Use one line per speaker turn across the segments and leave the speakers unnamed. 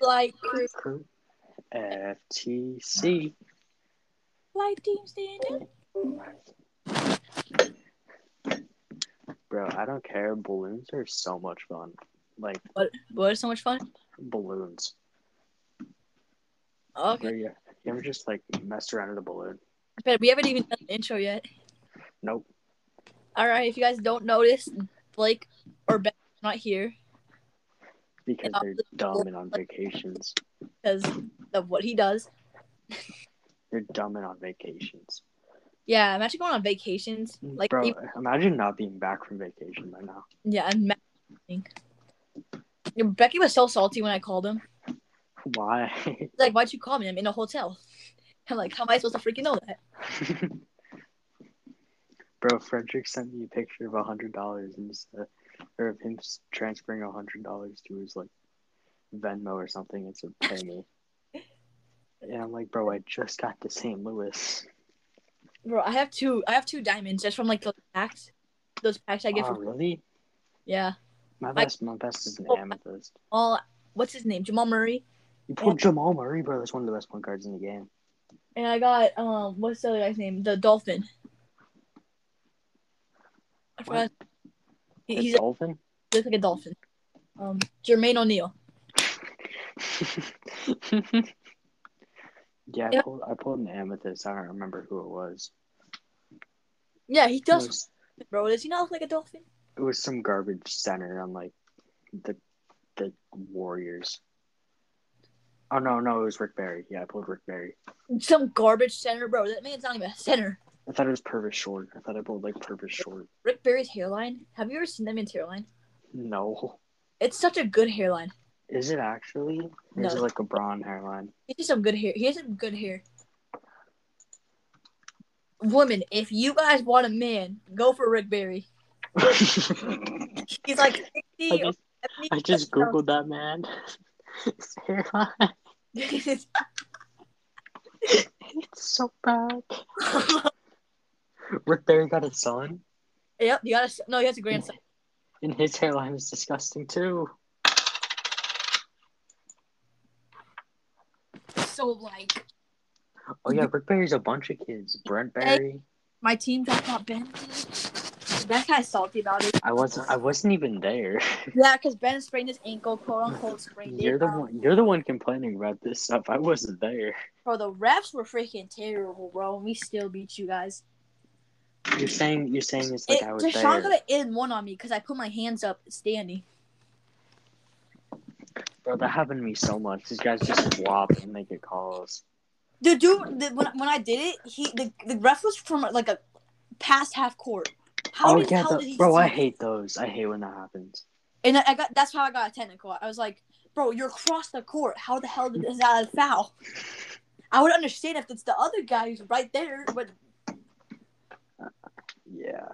Flight crew.
Crew. FTC.
Flight team standing.
Bro, I don't care. Balloons are so much fun. Like
What? What is so much fun?
balloons.
Okay.
Where you, you ever just like messed around in a balloon?
But we haven't even done the intro yet.
Nope.
All right. If you guys don't notice, Blake or Ben is not here
Because
Yeah.
they're dumb and on vacations.
because of what he does.
They're dumb and on vacations.
Yeah, I'm actually going on vacations. Like,
Bro,
even-
imagine not being back from vacation by now.
yeah, I'm mad. at him. Yeah, Becky was so salty when I called him.
Why?
She's like, why'd you call me? I'm in a hotel. I'm like, how am I supposed to freaking know that?
Bro, Frederick sent me a picture of a hundred dollars and just, uh, or of him s- transferring a hundred dollars to his like Venmo or something and said pay me. and I'm like, bro, I just got to St. Louis.
Bro, I have two. I have two diamonds just from like those packs. Those packs I get
Oh,
from
really?
yeah.
My
Like-
best, my best is an
Oh,
amethyst.
All what's his name? Jamal Murray.
You pulled Jamal Murray, bro. That's one of the best point guards in the game.
And I got um what's the other guy's name? The dolphin. I forgot. He,
That
he's
dolphin.
looks like a dolphin. Um, Jermaine O'Neal.
yeah, I
Yeah.
pulled, I pulled an amethyst. I don't remember who it was.
Yeah, he
It
does,
was,
bro. Does he not look like a dolphin?
it was some garbage center on like the the Warriors. Oh no, no, it was Rick Barry. Yeah, I pulled Rick Barry.
Some garbage center, bro. That man's not even a center.
I thought it was Purvis Short. I thought I pulled like Purvis Short.
Rick Barry's hairline. Have you ever seen that man's hairline?
No,
It's such a good hairline.
is it actually? Or Is
No.
it like a brawn hairline?
He has some good hair. He has some good hair. Woman, if you guys want a man, go for Rick Barry.
I
He's like 60 or
just,
70.
I just googled that man. His hairline. It's so bad. Rick Barry got a son,
yep, you got a s- no. He has a grandson.
and his hairline is disgusting too.
So like,
Oh yeah, Rick Barry's a bunch of kids. Brent Barry.
my team got not Ben. Ben's kind of salty about it.
I wasn't. I wasn't even there.
Yeah, because Ben sprained his ankle, quote unquote sprained
You're
it.
the
um,
one. You're the one complaining about this stuff. I wasn't there.
Bro, the refs were freaking terrible, bro, and we still beat you guys.
You're saying. You're saying it's like
It,
I was
Deshaun
there.
got an in one on me because I put my hands up standing.
Bro, that happened to me so much. These guys just flop and they get calls.
The dude, the, when, when I did it, he the, the ref was from like a past half court. How
oh
did,
yeah,
how
the-
did he
bro.
see
I
it?
hate those. I hate when that happens.
And I, I got that's how I got a technical. I was like, bro, you're across the court. How the hell did is that a foul? I would understand if it's the other guy who's right there, but
Yeah.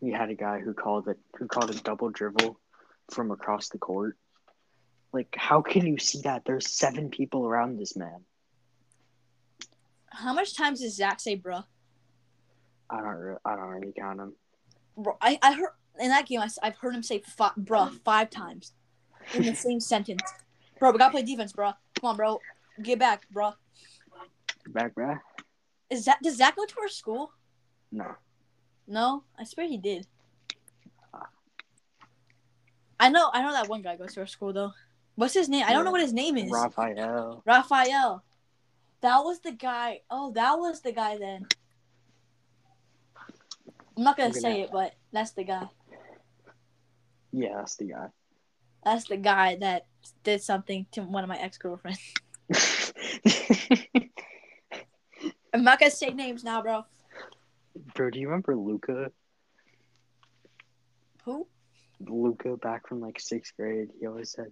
We had a guy who called it who called a double dribble from across the court. Like how can you see that? There's seven people around this man.
how much times does Zach say, bro?
I don't re- I don't really count him.
bro I, I heard in that game, I, have heard him say, fi- bruh, five times in the same sentence. Bro, we gotta play defense, bro. Come on, bro. Get back, bro.
Back bruh?
Is that does Zach go to our school?
No.
No, I swear he did. I know, I know that one guy goes to our school though. What's his name? I don't know what his name is.
Raphael.
Raphael. That was the guy. Oh, that was the guy then. I'm not gonna
Look at
say it, but that's the guy.
Yeah, that's the guy.
That's the guy that did something to one of my ex girlfriends. I'm not gonna say names now, bro.
Bro, do you remember Luca?
Who?
Luca back from like sixth grade. He always said,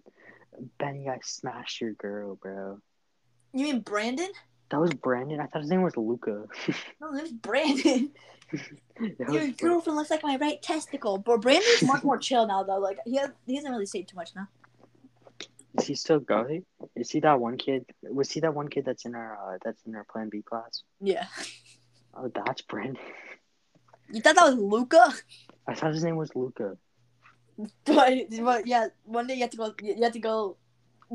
Benny, I smashed your girl, bro.
You mean Brandon?
That was Brandon. I thought his name was Luca.
No, it was Brandon.
That
Your
was-
girlfriend looks like my right testicle. But Brandon's much more chill now, though. Like he, he doesn't really say too much now.
Is he still going? Is he that one kid? Was he that one kid that's in our uh, that's in our Plan B class?
Yeah.
Oh, that's Brandon.
You thought that was Luca?
I thought his name was Luca.
But, but yeah, one day you have to go. You have to go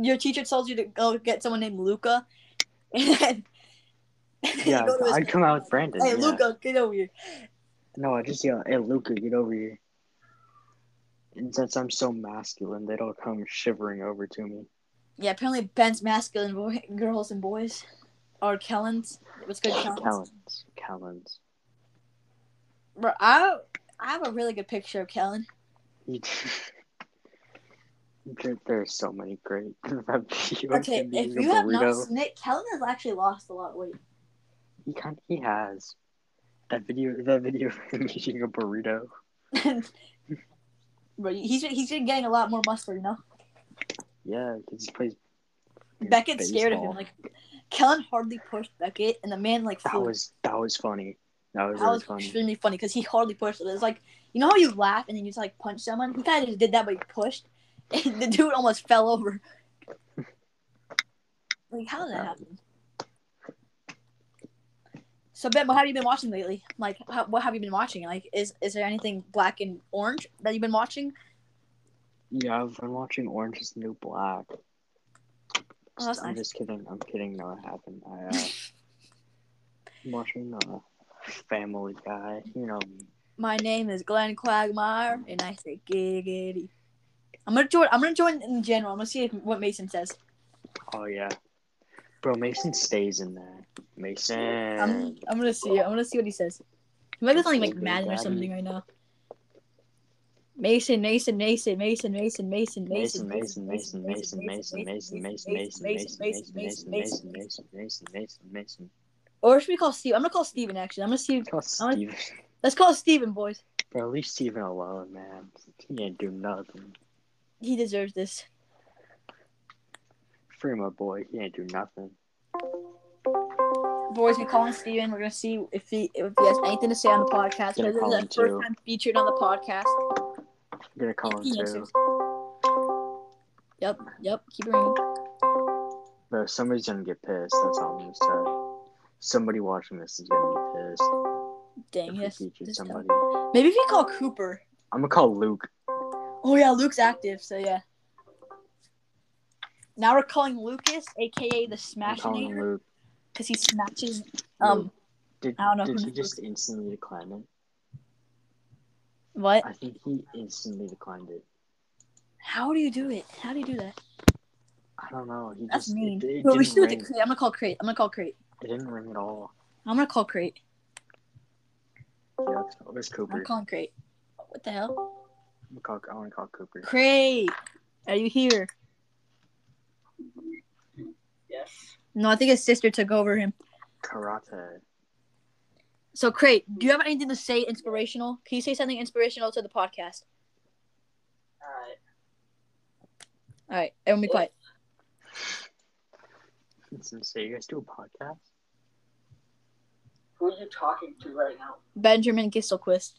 your teacher tells you to go get someone named Luca, and
Yeah, I'd come out with Brandon.
Hey,
yeah.
Luca, get over here.
No, I just yell, "Hey, Luca, get over here!" And since I'm so masculine, they'd all come shivering over to me.
Yeah, apparently Ben's masculine boy, girls and boys, or Kellen's. What's good, Kellen's?
Callens, Callens.
Bro, I I have a really good picture of Kellen.
You- there, there are so many great reviews.
Okay, if you have not seen it, Kellen has actually lost a lot of weight.
he kind he has that video. That video of him eating a burrito.
Bro, he's been- he's been getting a lot more muscle, you know.
Yeah, because he plays.
Beckett scared of him.
baseball.
Like Kellen hardly pushed Beckett, and the man like
that
flew.
was that was funny. That was
that
really
was
funny.
extremely funny because he hardly pushed it. It's like you know how you laugh and then you just like punch someone. He kind of just did that, but he pushed, and the dude almost fell over. Like how did that happen? So Ben, what have you been watching lately? Like, how, what have you been watching? Like, is is there anything black and orange that you've been watching?
Yeah, I've been watching Orange is the New Black.
Oh, that's
I'm
nice.
just kidding. I'm kidding. No, it happened. I, uh, I'm watching uh, Family Guy. You know, me.
My name is Glenn Quagmire, and I say giddy giddy. I'm gonna join. I'm gonna join in general. I'm gonna see if, what Mason says.
oh yeah, bro. Mason stays in there. Mason.
I'm, I'm gonna see it. I'm gonna see what he says. He might be something like
Okay,
Madden or
Daddy.
something right now. Mason, Mason, Mason, Mason, Mason, Mason,
Mason, Mason, Mason, Mason, Mason, Mason, Mason, Mason, Mason, Mason, Mason, Mason, Mason, Mason, Mason, Mason.
Or should we call Steve? I'm gonna call Steven actually. I'm gonna see.
Call Steven.
Let's call Steven, boys.
Bro, leave Steven alone, man. He ain't do nothing.
He deserves this.
Free my boy. He ain't do nothing.
Boys, we're calling Steven. We're gonna see if he if he has anything to say on the podcast.
Gonna
Because this is
call
the
him
first
too.
time featured on the podcast.
I'm gonna call
He
him too.
answers. Yep, yep. Keep it ringing.
Bro, somebody's gonna get pissed. That's all I'm gonna say. Somebody watching this is gonna get pissed.
Dang,
if
yes.
we featured
this guy.
somebody.
Maybe if you call Cooper.
I'm gonna call Luke.
Oh yeah, Luke's active, so yeah. Now we're calling Lucas, aka the
I'm calling
Smashinator,
Luke.
because he smashes. Um,
Did,
I don't know
did
who
he
Luke
just instantly decline it?
what?
I think he instantly declined it.
How do you do it? How do you do that?
I don't know. He
That's
just,
mean.
It, it,
Well, we should
didn't
do it to
ring.
crate. I'm gonna call crate. I'm gonna call crate.
it didn't ring at all.
I'm gonna call crate.
Yeah, where's Cooper?
I'm calling crate. What the hell?
I'm gonna call, I want to call Cooper.
Crate, are you here?
Yes.
No, I think his sister took over him.
Karate.
So crate, do you have anything to say inspirational? Can you say something inspirational to the podcast?
Alright.
All right, everyone be quiet.
Since so you guys do a podcast?
Who are you talking to right now?
Benjamin Gisselquist.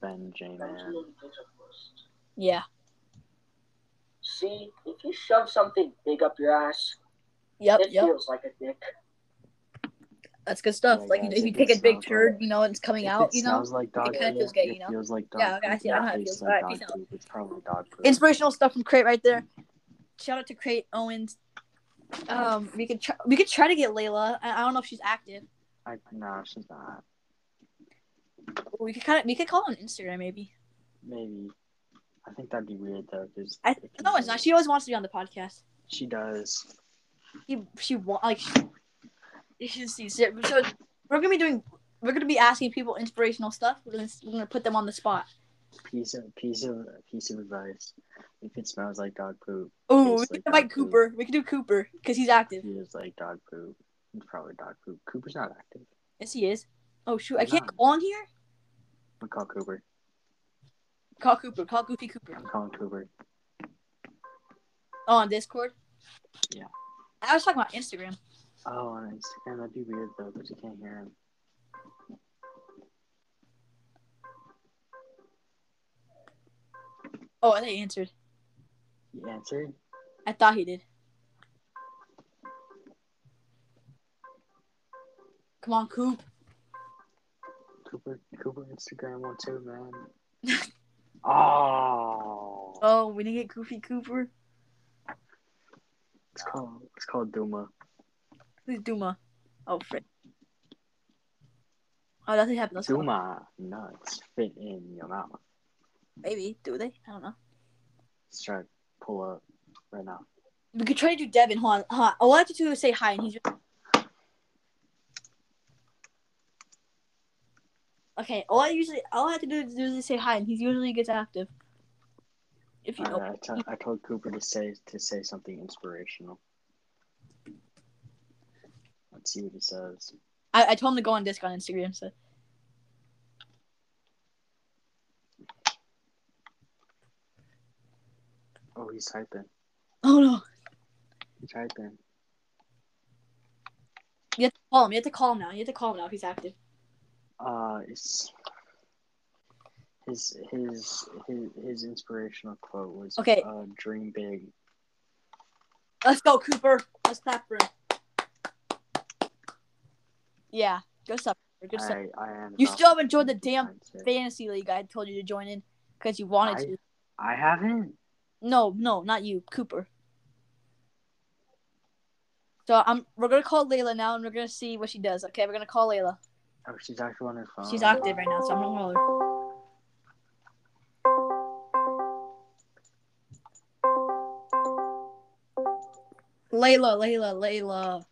Ben J Man.
Benjamin Gitterquist.
Yeah.
See, if you shove something big up your ass,
Yep.
it
Yep.
feels like a dick.
That's good stuff.
Yeah,
like
yeah,
you know,
it's
if
a
you
good
take a big
smell,
turd,
but-
you know, and it's coming
If
out,
it
you know.
smells like dog
kinda
poop,
feels good, you
it
know?
feels like dog
Yeah, okay, I
poop,
see, I know how it
tastes
feels. Alright,
dog
peace out.
poop, It's probably dog poop.
Inspirational stuff from Crate right there. Shout out to Crate Owens. Um, we could try, we could try to get Layla. I, I don't know if she's active.
I, no, she's not.
But we could kind of we could call on Instagram maybe.
Maybe. I think that'd be weird though, because
I no, it's not. She always wants to be on the podcast.
She does.
She she wa- like. You should see. So so we're gonna be doing. We're gonna be asking people inspirational stuff. We're gonna we're gonna put them on the spot.
Piece of piece of piece of advice. If it smells like dog poop,
Oh,
It's
we
like
could invite
that, dude.
Cooper. We could do Cooper because he's active.
it is like dog poop. It's probably dog poop. Cooper's not active.
Yes, he is. Oh shoot, I can't
Nah.
call on here.
I'm gonna call Cooper.
Call Cooper. Call Goofy Cooper.
I'm calling Cooper.
Oh, on Discord.
Yeah.
I was talking about Instagram.
Oh, on Instagram, that'd be weird though, because you can't hear him.
Oh, they answered.
You answered?
I thought he did. Come on, Coop.
Cooper Cooper Instagram one too, man. oh.
Oh, we didn't get Goofy Cooper.
It's called it's called Duma.
Please, Duma. Oh, frick. Oh, nothing happened. Let's go.
Duma nuts fit in your mouth.
Maybe. Do they? I don't know.
Let's try to pull up right now.
We could try to do Devin. Hold on. Hold on. I want you to say hi, and he's just... okay. All I usually, all I have to do is usually say hi, and he usually gets active. If you
Uh,
know,
I t- I told Cooper to say to say something inspirational. Let's see what he says.
I, I told him to go on disc on Instagram. So
Oh, he's typing.
oh no,
He's typing.
you have to call him. You have to call him now. You have to call him now if he's active.
Uh, it's his his his his inspirational quote was
Okay.
Uh, dream big.
Let's go, Cooper. Let's clap for him. Yeah, good stuff. Cooper. Good stuff.
I, I am.
You
about
still haven't joined the damn
50%.
fantasy league I told you to join in because you wanted
I-
to.
I haven't.
No, no, not you, Cooper. So I'm. We're gonna call Layla now, and we're gonna see what she does. Okay, we're gonna call Layla.
Oh, she's actually on her phone.
She's active right now, so I'm gonna call her. Layla, Layla, Layla.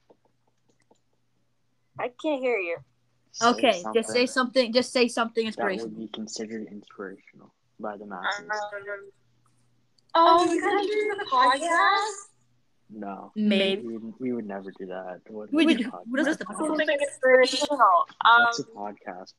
I can't hear you.
Say
okay, just say
something
something. Just say something
that
inspirational.
would be considered inspirational by the masses.
Oh,
Oh,
you guys do the podcast?
No,
Maybe.
we would, we would never do that. What
We
is
do-
a
what is
podcast?
this?
Something inspirational. Um,
What's a podcast?